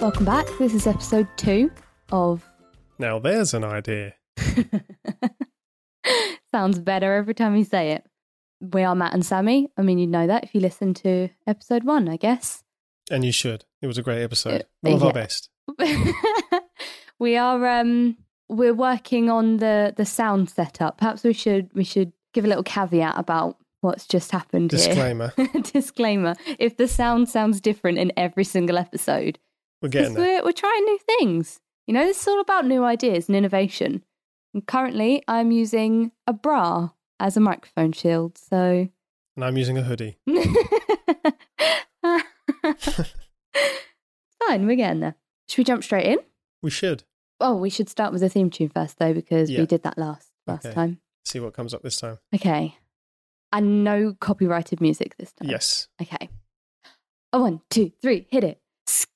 Welcome back. This is episode two of Now there's an idea. Sounds better every time you say it. We are Matt and Sammy. I mean, you'd know that if you listen to episode one, I guess. And you should. It was a great episode. Uh, One of yeah. our best. we are um we're working on the the sound setup. Perhaps we should we should give a little caveat about what's just happened here. Disclaimer. Disclaimer. If the sound sounds different in every single episode, We're because getting there. we're, we're trying new things. You know, this is all about new ideas and innovation. And currently, I'm using a bra as a microphone shield. So, And I'm using a hoodie. fine, we're getting there. Should we jump straight in? We should Oh, we should start with a theme tune first, though, because Yeah. we did that last last Okay. time. see what comes up this time. Okay, and no copyrighted music this time. Yes. Okay. A one, two, three, hit it.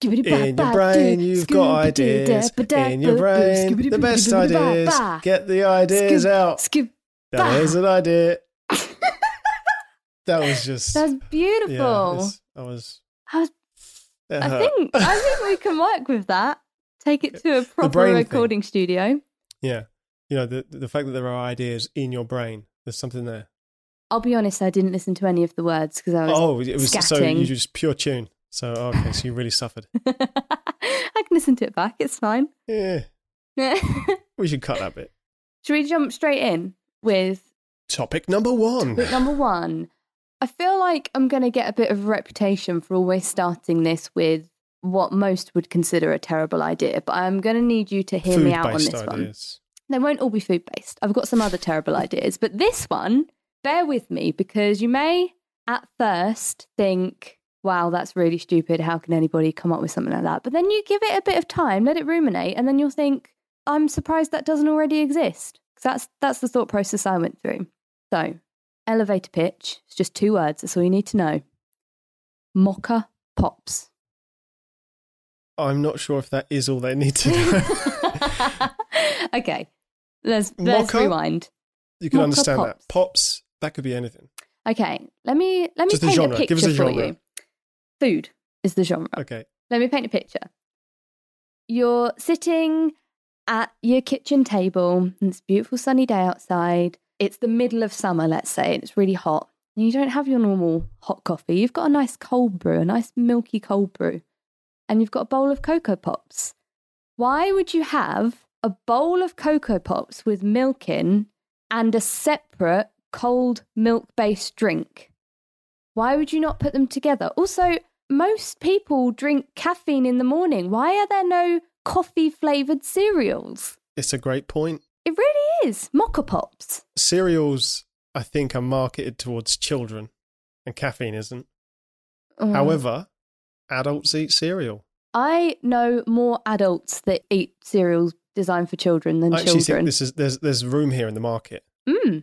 In your brain, you've got ideas. In your brain, the best ideas. Get the ideas out. Skip. Now there's an idea. That was just. That's yeah, beautiful. it's- uh-huh. I was. I was- It I hurt. think I think we can work with that. Take it to a proper brain thing. recording studio. yeah. You know, the, the fact that there are ideas in your brain, there's something there. I'll be honest, I didn't listen to any of the words because I was Oh, it was so. scatting. You just pure tune. So, oh, okay. So you really suffered. I can listen to it back. It's fine. Yeah. Should We should cut that bit. we jump straight in with Topic number one. But number one, I feel like I'm going to get a bit of reputation for always starting this with what most would consider a terrible idea, but I'm going to need you to hear me out on this Food-based one. ideas. They won't all be food based. I've got some other terrible ideas, but this one, bear with me because you may at first think, wow, that's really stupid. How can anybody come up with something like that? But then you give it a bit of time, let it ruminate, and then you'll think, I'm surprised that doesn't already exist. 'Cause That's, that's the thought process I went through. So, elevator pitch, it's just two words. That's all you need to know. Mocha pops. I'm not sure if that is all they need to know. okay, let's, let's Mocha? rewind. you can Mocha understand pops. that. Pops, that could be anything. Okay, let me let me Just the paint a genre. picture Give us a for genre. you. Food is the genre. Okay. Let me paint a picture. You're sitting at your kitchen table, and it's a beautiful sunny day outside. It's the middle of summer, let's say, and it's really hot. And you don't have your normal hot coffee. You've got a nice cold brew, a nice milky cold brew, and you've got a bowl of Cocoa Pops. Why would you have a bowl of Cocoa Pops with milk in and a separate cold milk based drink? Why would you not put them together? Also, most people drink caffeine in the morning. Why are there no coffee flavored cereals? It's a great point. It really is. Mocha pops. Cereals, I think, are marketed towards children and caffeine isn't. Oh. However, adults eat cereal. I know more adults that eat cereals designed for children than I actually think children. this is there's there's room here in the market. Mm,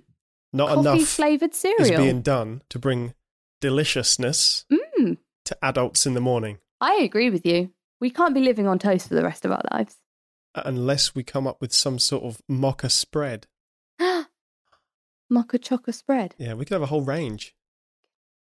Not coffee enough flavored is cereal. being done to bring deliciousness Mm, to adults in the morning I agree with you. We can't be living on toast for the rest of our lives. uh, unless we come up with some sort of mocha spread. Mocha chocolate spread. Yeah, we could have a whole range.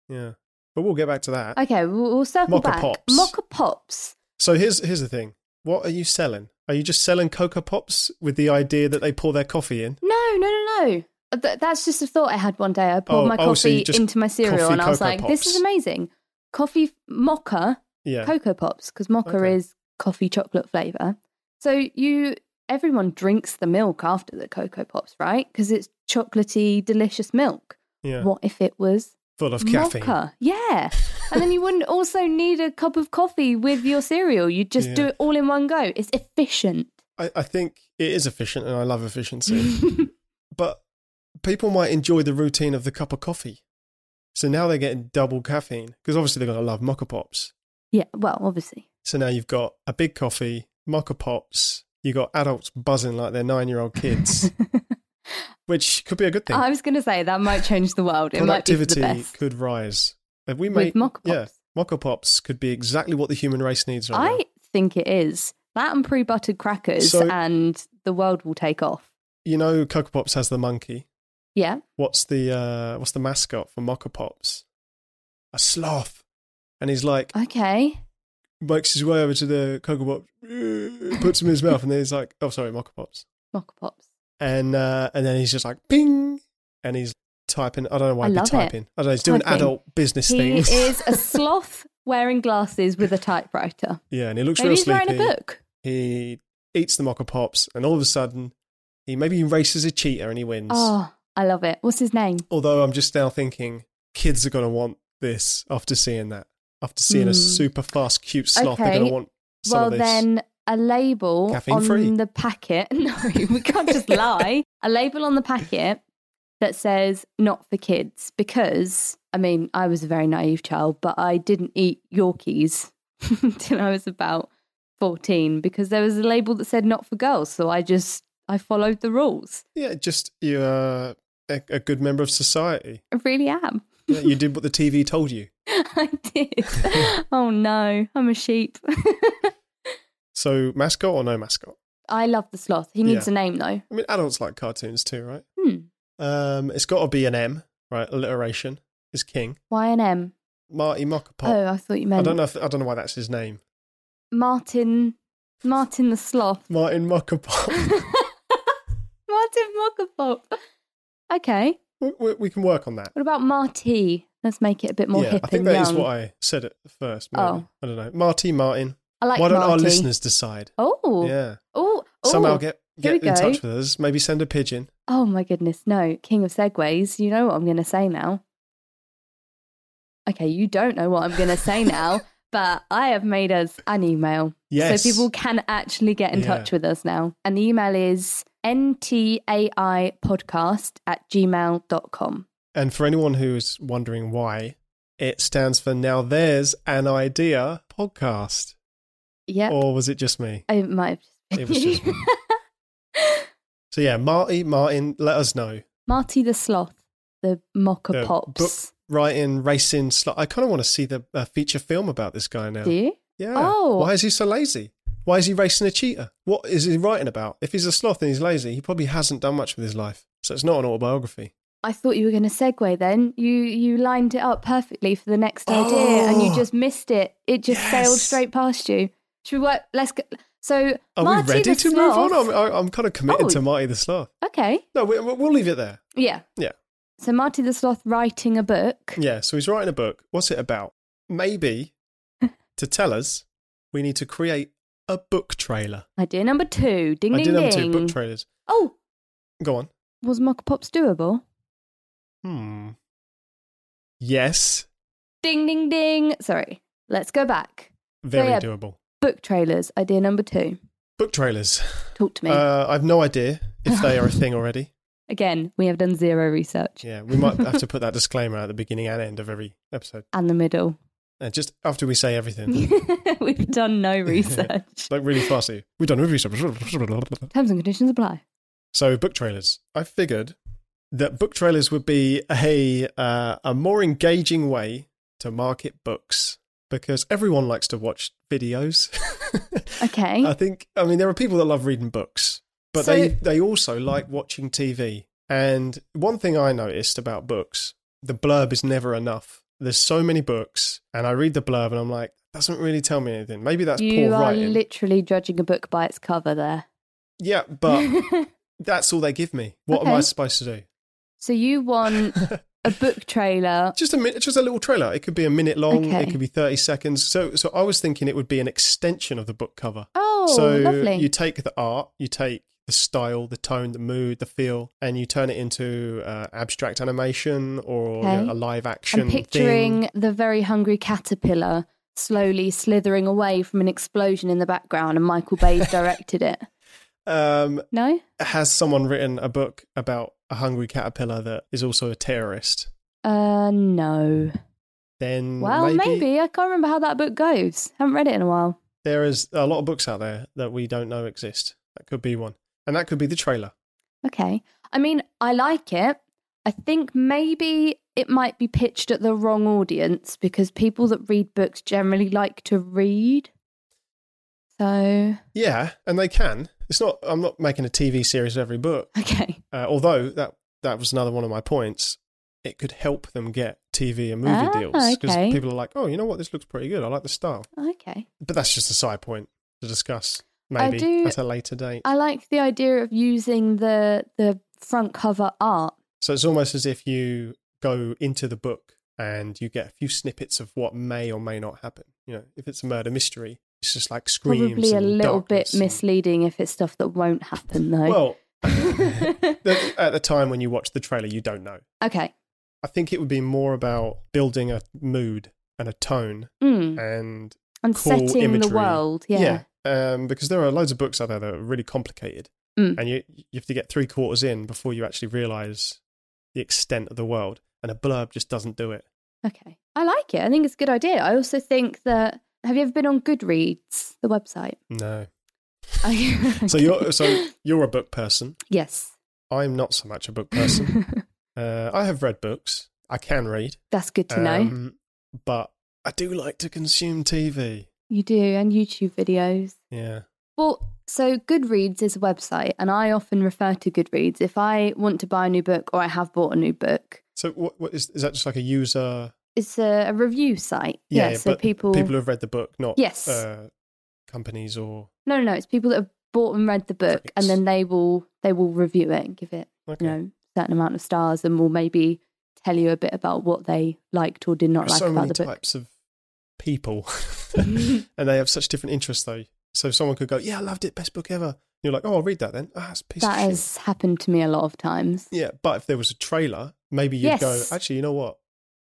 Yeah. But we'll get back to that. Okay, we'll, we'll circle Mocha back. pops. Mocha pops. So here's here's the thing. What are you selling? Are you just selling Cocoa Pops with the idea that they pour their coffee in? No, no, no, no. Uh, Th- that's just a thought I had one day. I poured Oh, my oh, so you coffee just into my cereal coffee and I was Cocoa like, this is Pops. amazing. Coffee f- mocha, Yeah. Cocoa Pops, because mocha Okay. is coffee chocolate flavor. So you, everyone drinks the milk after the Cocoa Pops, right? Because it's chocolatey, delicious milk. yeah. What if it was Full of mocha? caffeine. Yeah. and then you wouldn't also need a cup of coffee with your cereal. You'd just do Yeah. it all in one go. It's efficient. I, I think it is efficient and I love Mm. efficiency. but people might enjoy the routine of the cup of coffee. So now they're getting double caffeine because obviously they're going to love Mocha Pops. Yeah. Well, obviously. So now you've got a big coffee, Mocha Pops, you got adults buzzing like they're nine year old kids, which could be a good thing. I was going to say that might change the world. It might be for the productivity best. could rise. If we With make Mocha yeah, Pops. mocha pops could be exactly what the human race needs right now. I think it is that and pre-buttered crackers, So- and the world will take off. You know, Cocoa Pops has the monkey. Yeah, What's the uh, what's the Uh. mascot for Mocha Pops? A sloth, and he's like, okay. makes his way over to the Cocoa Pops, puts them in his mouth, and then he's like, oh, sorry, Mocha Pops. Mocha Pops. And, uh, and then he's just like, ping. And he's typing. I don't know why I he'd be love it. typing. I don't know. He's doing Typing. adult business He things. is a sloth wearing glasses with a typewriter. yeah, and he looks Maybe real he's sleepy. writing a book. He eats the Mocha Pops, and all of a sudden, he maybe he races a cheetah and he wins. Oh, I love it. What's his name? Although I'm just now thinking kids are going to want this after seeing that. After seeing Hmm. a super fast, cute sloth, they're Okay. going to want some well, of this. then a label Caffeine on free. the packet. No, we can't just lie. A label on the packet that says not for kids because, I mean, I was a very naive child, but I didn't eat Yorkies until I was about 14 because there was a label that said not for girls. So I just, I followed the rules. yeah, just you're a, a good member of society. I really am. Yeah, you did what the TV told you. I did. oh no, I'm a sheep. So, mascot or no mascot? I love the sloth. He needs a name though. I mean, adults like cartoons too, right? Hmm. Um, it's got to be an M, right? Alliteration is king. Y and M. Marty Mocker Pop. Oh, I thought you meant I don't know. If, I don't know why that's his name. Martin, Martin the Sloth, Martin Muckerpop. Martin Muckerpop. Okay, we, we, we can work on that. what about Marty? Let's make it a bit more yeah, hip I and think that is young. what I said at first. Maybe. Oh. I don't know. Marty Martin. I like why don't our Marty. listeners decide? Oh, Yeah. oh, oh, Somehow get here we get in touch go. with us. Maybe send a pigeon. oh my goodness! No, King of Segways. You know what I'm going to say now. Okay, you don't know what I'm going to say now, but I have made us an email. Yes. So people can actually get in Yeah. touch with us now. And the email is ntaipodcast at gmail.com. And for anyone who is wondering why, it stands for Now There's an Idea Podcast. Yep. Or was it just me? I might have just been It was you. just me. So yeah, Marty Martin, let us know. Marty the Sloth, the Mocker The Pops. Writing, racing, sl- I kind of want to see the uh, feature film about this guy now. Do you? Yeah. Oh. Why is he so lazy? Why is he racing a cheetah? What is he writing about? If he's a sloth and he's lazy, he probably hasn't done much with his life. So it's not an autobiography. I thought you were going to segue then. You you lined it up perfectly for the next idea and you Oh. just missed it. It just sailed Yes. straight past you. Should we work? Let's go. So, Are Marty we ready the to Sloth. move on? I'm, I- I'm kind of committed Oh. to Marty the Sloth. Okay. No, we, we- we'll leave it there. Yeah. Yeah. Mm. So, Marty the Sloth writing a book. Yeah, so he's writing a book. What's it about? Maybe to tell us, we need to create a book trailer. Idea number two. Ding, I ding, did have ding. two book trailers. oh, Go on. was Mocker Pops doable? Hmm. Yes, Ding, ding, ding. Sorry. Let's go back. very yeah. doable. Book trailers. Idea number two. Book trailers. Talk to me. Uh, I've no idea if they are a thing already. Again, we have done zero research. Yeah, we might have to put that disclaimer at the beginning and end of every episode. And the middle. And just after we say everything, Mm-hmm. We've done no research. like really fussy. We've done reviews. Terms and conditions apply. So book trailers. I figured that book trailers would be a uh, a more engaging way to market books because everyone likes to watch videos. Okay. I think I mean there are people that love reading books, but So- they they also like watching TV. And one thing I noticed about books, the blurb is never enough. There's so many books, and I read the blurb, and I'm like, doesn't really tell me anything. Maybe that's you poor are writing. literally judging a book by its cover there. yeah, but that's all they give me. What am I Okay. supposed to do? so you want a book trailer. Just a minute, just a little trailer. It could be a minute long. It Okay. could be thirty seconds. So, so I was thinking it would be an extension of the book cover. Oh, so lovely. you take the art, you take the style, the tone, the mood, the feel, and you turn it into uh, abstract animation or you know, Okay. a live action I'm picturing thing. the very hungry caterpillar slowly slithering away from an explosion in the background, and Michael Bay's directed it. Um, No? has someone written a book about a hungry caterpillar that is also a terrorist? Uh, no. Then Well, maybe. Mm, maybe I can't remember how that book goes. Haven't read it in a while. there is a lot of books out there that we don't know exist. That could be one, and that could be the trailer. Okay. I mean, I like it. I think maybe it might be pitched at the wrong audience because people that read books generally like to read. So, Yeah, and they can. It's not. I'm not making a TV series of every book. okay. Uh, although that that was another one of my points. it could help them get TV and movie Ah, deals because okay. people are like, oh, you know what, this looks pretty good. I like the style. Okay. But that's just a side point to discuss I maybe do- at a later date. I like the idea of using the the front cover art. So it's almost as if you go into the book and you get a few snippets of what may or may not happen. You know, if it's a murder mystery, it's just like screams. Probably a and little bit darkness and- misleading if it's stuff that won't happen though. Well, the- at the time when you watch the trailer, you don't know. okay. I think it would be more about building a mood and a tone Mm. and And cool setting imagery. the world. Yeah. Um, because there are loads of books out there that are really complicated, Mm. and you you have to get three quarters in before you actually realize the extent of the world. And a blurb just doesn't do it. Okay. I like it. I think it's a good idea. I also think that have you ever been on Goodreads, the website? No. Okay. So you're so you're a book person. Yes. I'm not so much a book person. uh, I have read books. I can read, That's good to know. um, but I do like to consume TV. You do, and YouTube videos. Yeah. Well, so Goodreads is a website, and I often refer to Goodreads if I want to buy a new book or I have bought a new book. So what, what is is that just like a user? It's a, a review site. Yeah, so but people. People who have read the book, not Yes. uh, companies or No, no, no. It's people that have bought and read the book, Critics. and then they will they will review it and give it okay. you know certain amount of stars, and will maybe tell you a bit about what they liked or did not There are like so about many the book. types of people, and they have such different interests though. So someone could go, "Yeah, I loved it, best book ever." You're like, "Oh, I'll read that then." Ah, it's a piece That of has happened to me a lot of times. shit. Yeah, but if there was a trailer, maybe you'd Yes. go, "Actually, you know what?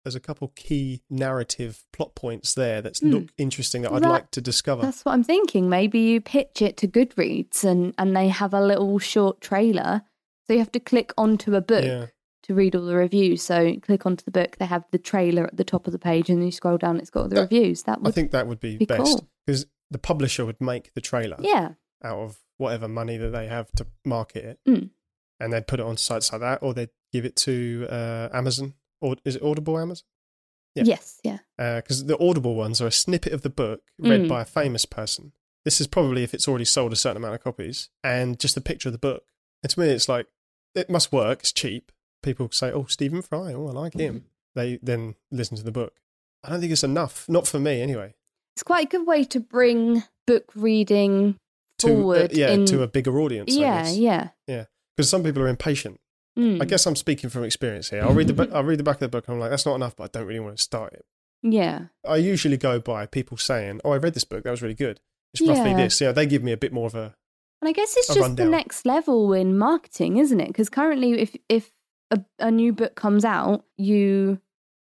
There's a couple key narrative plot points there that Hmm. look interesting that I'd That- like to discover." That's what I'm thinking. Maybe you pitch it to Goodreads and, and they have a little short trailer. So you have to click onto a book Yeah, to read all the reviews. So click onto the book, they have the trailer at the top of the page, and you scroll down, it's got all the That- reviews. That I would, think that would be, be best cool. because the publisher would make the trailer yeah, out of whatever money that they have to market it, Mm. and they'd put it on sites like that, or they'd give it to uh, Amazon or is it Audible Amazon? Yeah. yes, yeah, because the audible ones are a snippet of the book read Mm. by a famous person. This is probably if it's already sold a certain amount of copies, and just a picture of the book. And to me, it's like it must work. It's cheap. People say, "Oh, Stephen Fry. Oh, I like Hmm. him." They then listen to the book. I don't think it's enough. Not for me, anyway. it's quite a good way to bring book reading To uh, forward. yeah, in, to a bigger audience. yeah, because yeah. some people are impatient. Mm, I guess I'm speaking from experience here. I'll read the bu- I'll read the back of the book. and I'm like, that's not enough, but I don't really want to start it. yeah, I usually go by people saying, "Oh, I read this book. That was really good." It's roughly Yeah. this. Yeah, they give me a bit more of a and I guess it's a just the rundown. next level in marketing, isn't it? Because currently, if if a, a new book comes out, you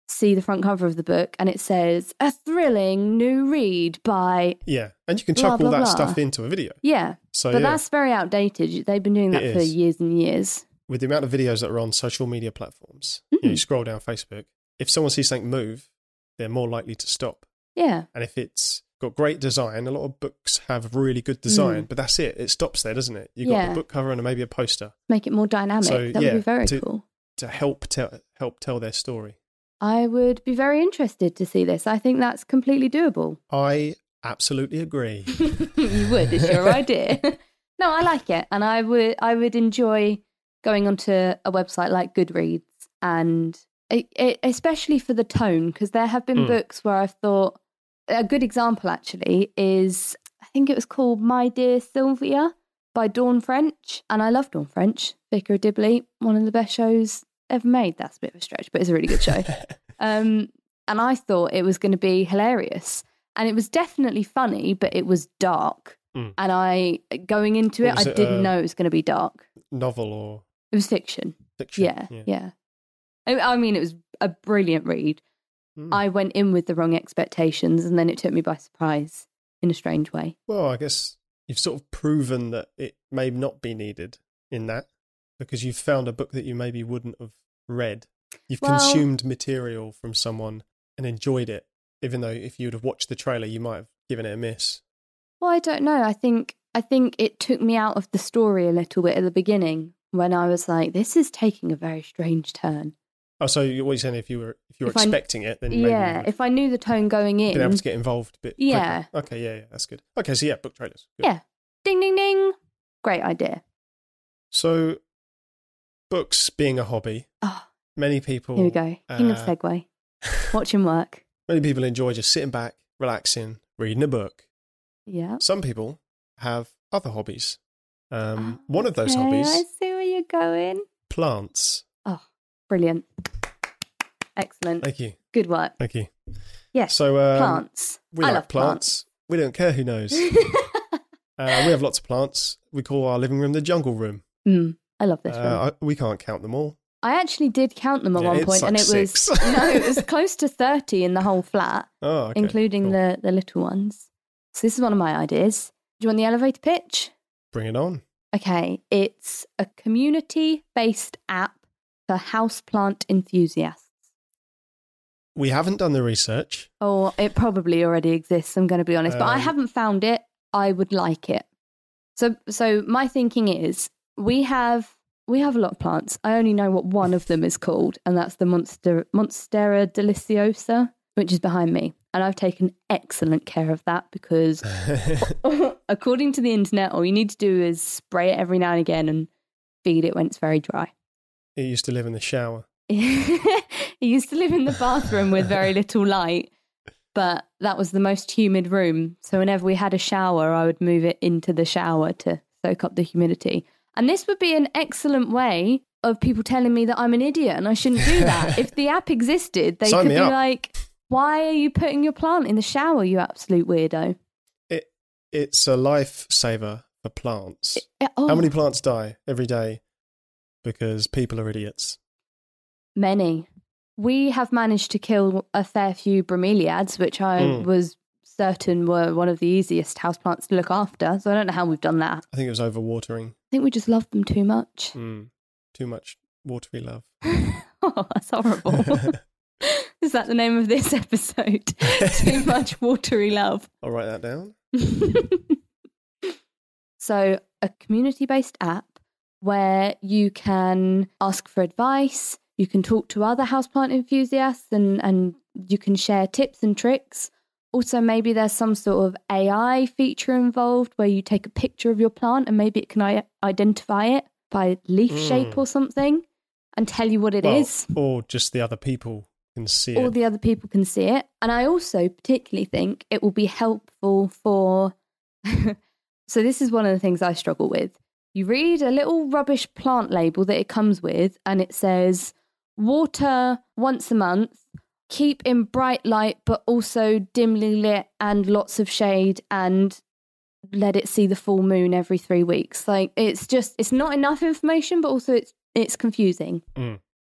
see the front cover of the book and it says a thrilling new read by yeah, and you can Blah, chuck all blah, that blah. stuff into a video. yeah. So but yeah, that's very outdated. They've been doing It that for is. years and years. with the amount of videos that are on social media platforms, you, know, you Mm. scroll down Facebook. If someone sees something move, they're more likely to stop. Yeah, And if it's got great design, a lot of books have really good design, but that's it. It stops there, doesn't it? You've got Mm. Yeah. a book cover and maybe a poster make it more dynamic. So, that yeah, would be very to- cool. to help tell help tell their story. I would be very interested to see this. I think that's completely doable. I absolutely agree. you would. It's your idea. no, I like it, and I would. I would enjoy going onto a website like Goodreads, and it, it, especially for the tone, because there have been Mm. books where I've thought a good example actually is I think it was called My Dear Sylvia by Dawn French, and I love Dawn French. Vicar of Dibley, one of the best shows ever made. That's a bit of a stretch, but it's a really good show. um, and I thought it was going to be hilarious, and it was definitely funny, but it was dark. Mm. And I going into What it, I was it, didn't uh, know it was going to be dark. Novel or It was fiction. fiction? Yeah, yeah. I, I mean, it was a brilliant read. Mm. I went in with the wrong expectations, and then it took me by surprise in a strange way. Well, I guess you've sort of proven that it may not be needed in that because you've found a book that you maybe wouldn't have read. You've Well- consumed material from someone and enjoyed it, even though if you'd have watched the trailer, you might have given it a miss. Well, I don't know. I think I think it took me out of the story a little bit at the beginning when I was like, "This is taking a very strange turn." Oh, so you- what you're saying? If you were if you were If I- expecting it, then maybe yeah, you would if I knew the tone going have been able in, to get involved a bit. quicker. Yeah. Okay. Yeah, yeah. That's good. Okay. So yeah, book trailers. Good. Yeah. ding ding ding, great idea. So books being a hobby Oh, Many people. Here we go. King of uh, Segway. Watch him work. Many people enjoy just sitting back, relaxing, reading a book. Yeah. Some people have other hobbies. Um, Ah, one of those Okay, I hobbies, see where you're going. plants. Brilliant. Excellent. Thank you, Good work. thank you. Yes. So um, plants. we I like love plants. We don't care who knows. uh, we have lots of plants. We call our living room the jungle room. Mm, I love this one. Uh, I, we can't count them all. I actually did count them at Yeah, one it's point, and like it was six. no, it was close to thirty in the whole flat, Oh, okay, including cool. the the little ones. So this is one of my ideas. Do you want the elevator pitch? Bring it on. Okay, it's a community based app for houseplant enthusiasts. We haven't done the research. Oh, it probably already exists, I'm going to be honest, but I Um, haven't found it. I would like it. So so my thinking is we have we have a lot of plants. I only know what one of them is called, and that's the Monster Monstera deliciosa, which is behind me. And I've taken excellent care of that because according to the internet, all you need to do is spray it every now and again and feed it when it's very dry. it used to live in the shower. he used to live in the bathroom with very little light, but that was the most humid room. So whenever we had a shower, I would move it into the shower to soak up the humidity. And this would be an excellent way of people telling me that I'm an idiot and I shouldn't do that. if the app existed, they Sign could me be up. like, why are you putting your plant in the shower, you absolute weirdo? It's a lifesaver for plants. Eh, Oh, How many plants die every day because people are idiots? Many. We have managed to kill a fair few bromeliads, which I Mm. was certain were one of the easiest houseplants to look after. So I don't know how we've done that. I think it was overwatering. I think we just loved them too much. Mm. Too much watery love. Oh, that's horrible. Is that the name of this episode? too much watery love. I'll write that down. so, a community based app where you can ask for advice, you can talk to other houseplant enthusiasts, and, and you can share tips and tricks. Also, maybe there's some sort of AI feature involved where you take a picture of your plant and maybe it can I- identify it by leaf shape Mm. or something and tell you what it is Well, Or just the other people can see all it. the other people can see it. And I also particularly think it will be helpful for. so, this is one of the things I struggle with. You read a little rubbish plant label that it comes with, and it says water once a month, keep in bright light, but also dimly lit and lots of shade, and let it see the full moon every three weeks. Like, it's just, it's not enough information, but also it's, it's confusing.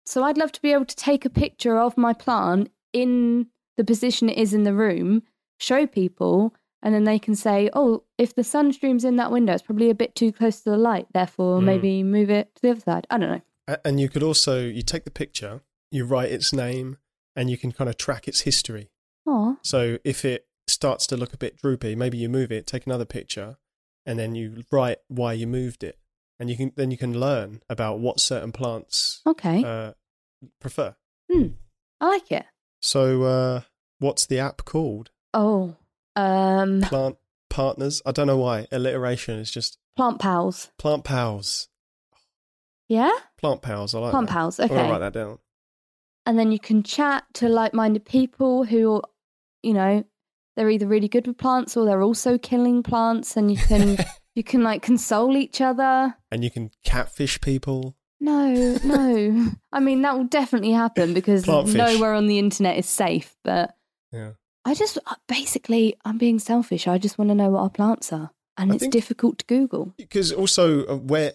So I'd love to be able to take a picture of my plant in the position it is in the room, show people, and then they can say, oh, if the sun streams in that window, it's probably a bit too close to the light. Therefore, Mm. maybe move it to the other side. I don't know. A- And you could also, you take the picture, you write its name, and you can kind of track its history. Oh, So if it starts to look a bit droopy, maybe you move it, take another picture, and then you write why you moved it. And you can then you can learn about what certain plants okay. Hmm, uh, prefer. I like it. So uh, what's the app called? Oh, um, Plant Partners? I don't know why. Alliteration is just plant pals. Plant Pals. Yeah? Plant Pals. I like Plant that. pals. I'm going Okay. to write that down. and then you can chat to like-minded people who are, you know they're either really good with plants or they're also killing plants and you can you can like console each other And you can catfish people. no no i mean that will definitely happen because Plant fish. nowhere on the internet is safe but Yeah. i just uh, basically i'm being selfish i just want to know what our plants are and I it's think- difficult to google Because also, uh, where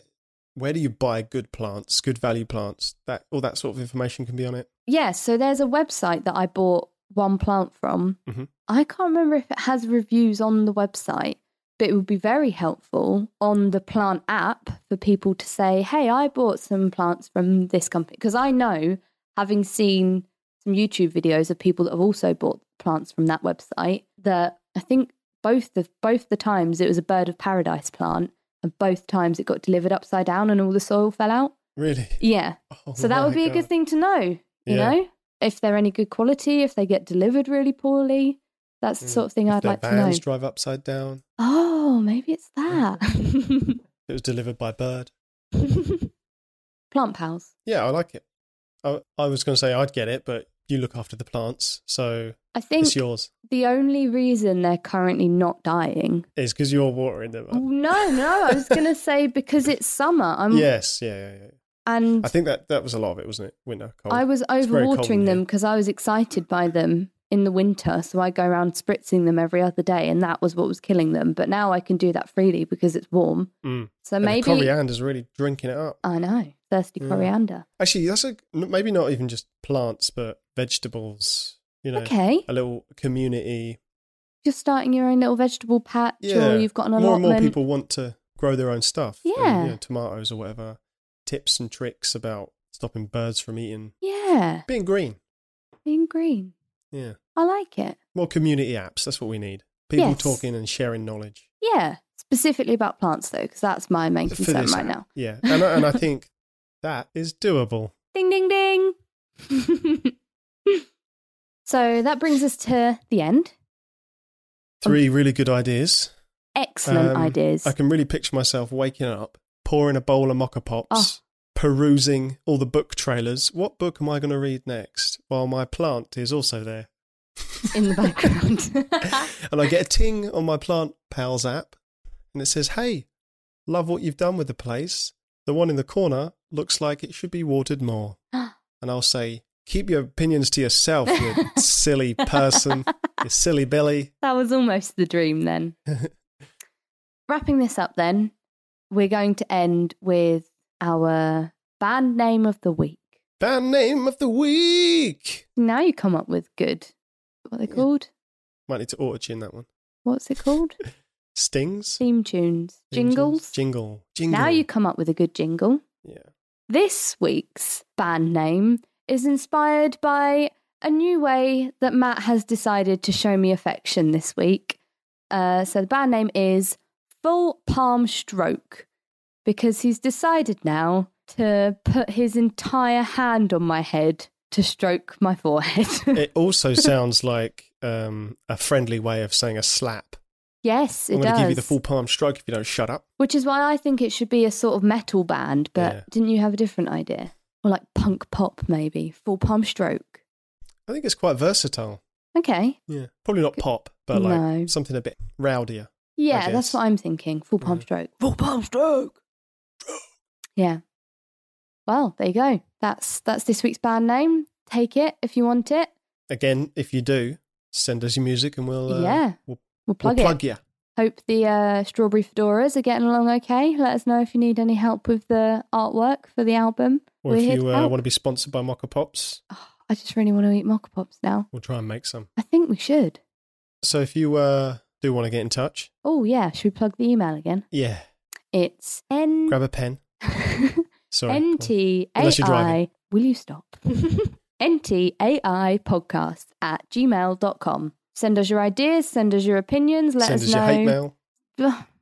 where do you buy good plants, good value plants? That all that sort of information can be on it. Yeah, so there's a website that I bought one plant from. Mhm. I can't remember if it has reviews on the website, but it would be very helpful on the plant app for people to say, hey, I bought some plants from this company. Because I know, having seen some YouTube videos of people that have also bought plants from that website, that I think both the both the times it was a bird of paradise plant and both times it got delivered upside down and all the soil fell out. Really? Yeah. Oh So that would my be a good God. thing to know, you Yeah. know, if they're any good quality, if they get delivered really poorly. That's the Mm. sort of thing If I'd their like to know. vans drive upside down. oh, maybe it's that. Mm. It was delivered by bird. Plant pals. Yeah, I like it. I, I was going to say I'd get it, but you look after the plants, so I think it's yours. the only reason they're currently not dying. It's because you're watering them. Oh, um, Up. no, no, I was gonna say because it's summer. I'm Yes, yeah, yeah, yeah. and I think that that was a lot of it, wasn't it? Winter cold. I was Oh, very cold in overwatering them here. because I was excited by them in the winter. So I go around spritzing them every other day, and that was what was killing them. But now I can do that freely because it's warm. Mm. So And the maybe coriander's really drinking it up. I know thirsty Yeah. coriander. Actually, that's a maybe not even just plants, but vegetables. You know, Okay, a little community. you're starting your own little vegetable patch, Yeah, or you've got an more and allotment. more people want to grow their own stuff. and, Yeah. you know, tomatoes or whatever. Tips and tricks about stopping birds from eating, Yeah, being green. being green. Yeah, I like it. more community apps. That's what we need. People Yes. talking and sharing knowledge. Yeah, specifically about plants though, because that's my main for concern this right app. now. Yeah, and I, and I think that is doable. Ding, ding, ding. so that brings us to the end. Three really good ideas. Excellent Um, ideas. I can really picture myself waking up, pouring a bowl of mocha pops, Oh. perusing all the book trailers. What book am I going to read next? While my plant is also there, in the background. and I get a ting on my Plant Pals app, and it says, "Hey, love what you've done with the place. The one in the corner looks like it should be watered more." and I'll say, "Keep your opinions to yourself, you silly person, you silly Billy." that was almost the dream then. Wrapping this up then, we're going to end with our band name of the week. Band name of the week. Now you come up with good. What are they Yeah. called? Might need to auto tune that one. What's it called? Stings. Theme tunes. Theme tunes? Jingles. Jingle. Jingle. Now you come up with a good jingle. Yeah. This week's band name is inspired by a new way that Matt has decided to show me affection this week. Uh, so the band name is Full Palm Stroke because he's decided now to put his entire hand on my head to stroke my forehead. It also sounds like um, a friendly way of saying a slap. yes, it I'm going does. to give you the full palm stroke if you don't shut up. Which is why I think it should be a sort of metal band, but Yeah. didn't you have a different idea? Or like punk pop, maybe. Full Palm Stroke. I think it's quite versatile. Okay. Yeah. Probably not pop, but like No. something a bit rowdier. Yeah, that's guess. what I'm thinking. Full palm Yeah. stroke. Full palm stroke. Yeah. Well, there you go. That's that's this week's band name. Take it if you want it. Again, if you do, send us your music and we'll, uh, Yeah. we'll, We'll we'll plug plug, it. you. Hope the uh, strawberry fedoras are getting along okay. Let us know if you need any help with the artwork for the album. Or We're if here you to uh, help. Oh, want to be sponsored by Mocha Pops, I just really want to eat mocha pops now. we'll try and make some. I think we should. So if you uh, do want to get in touch, Oh yeah, should we plug the email again? yeah, It's n grab a pen. Sorry. go on. N T A Unless you're driving. I. Will you stop? N T A I podcast at gmail.com. Send us your ideas, send us your opinions, let send us, us your hate know. mail.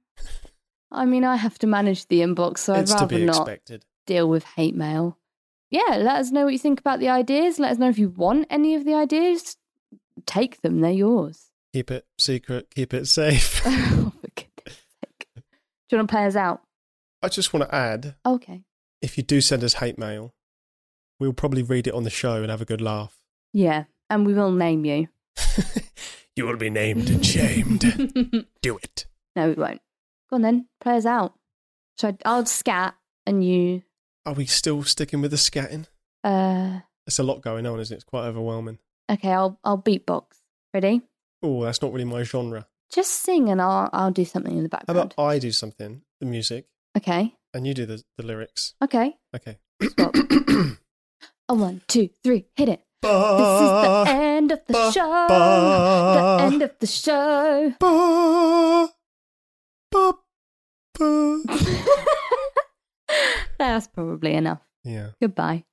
I mean, I have to manage the inbox, so it's I'd to rather be not expected. deal with hate mail. Yeah, let us know what you think about the ideas. Let us know if you want any of the ideas. Take them, they're yours. Keep it secret. Keep it safe. oh, for goodness sake. Do you want to play us out? I just want to add: Okay. if you do send us hate mail, we'll probably read it on the show and have a good laugh. Yeah, and we will name you. You will be named and shamed. do it. No, we won't. Go on then, play us out. So I- I'll scat and you. Are we still sticking with the scatting? Uh, It's a lot going on, isn't it? It's quite overwhelming. okay, I'll I'll beatbox. Ready? Oh, that's not really my genre. Just sing and I'll I'll do something in the How background. about I do something, the music, okay, and you do the, the lyrics? okay. Okay. Stop. A one, two, three, hit it. This is the Ba, end of the ba, show. ba. The end of the show. Ba, ba, ba. That's probably enough. Yeah. Goodbye.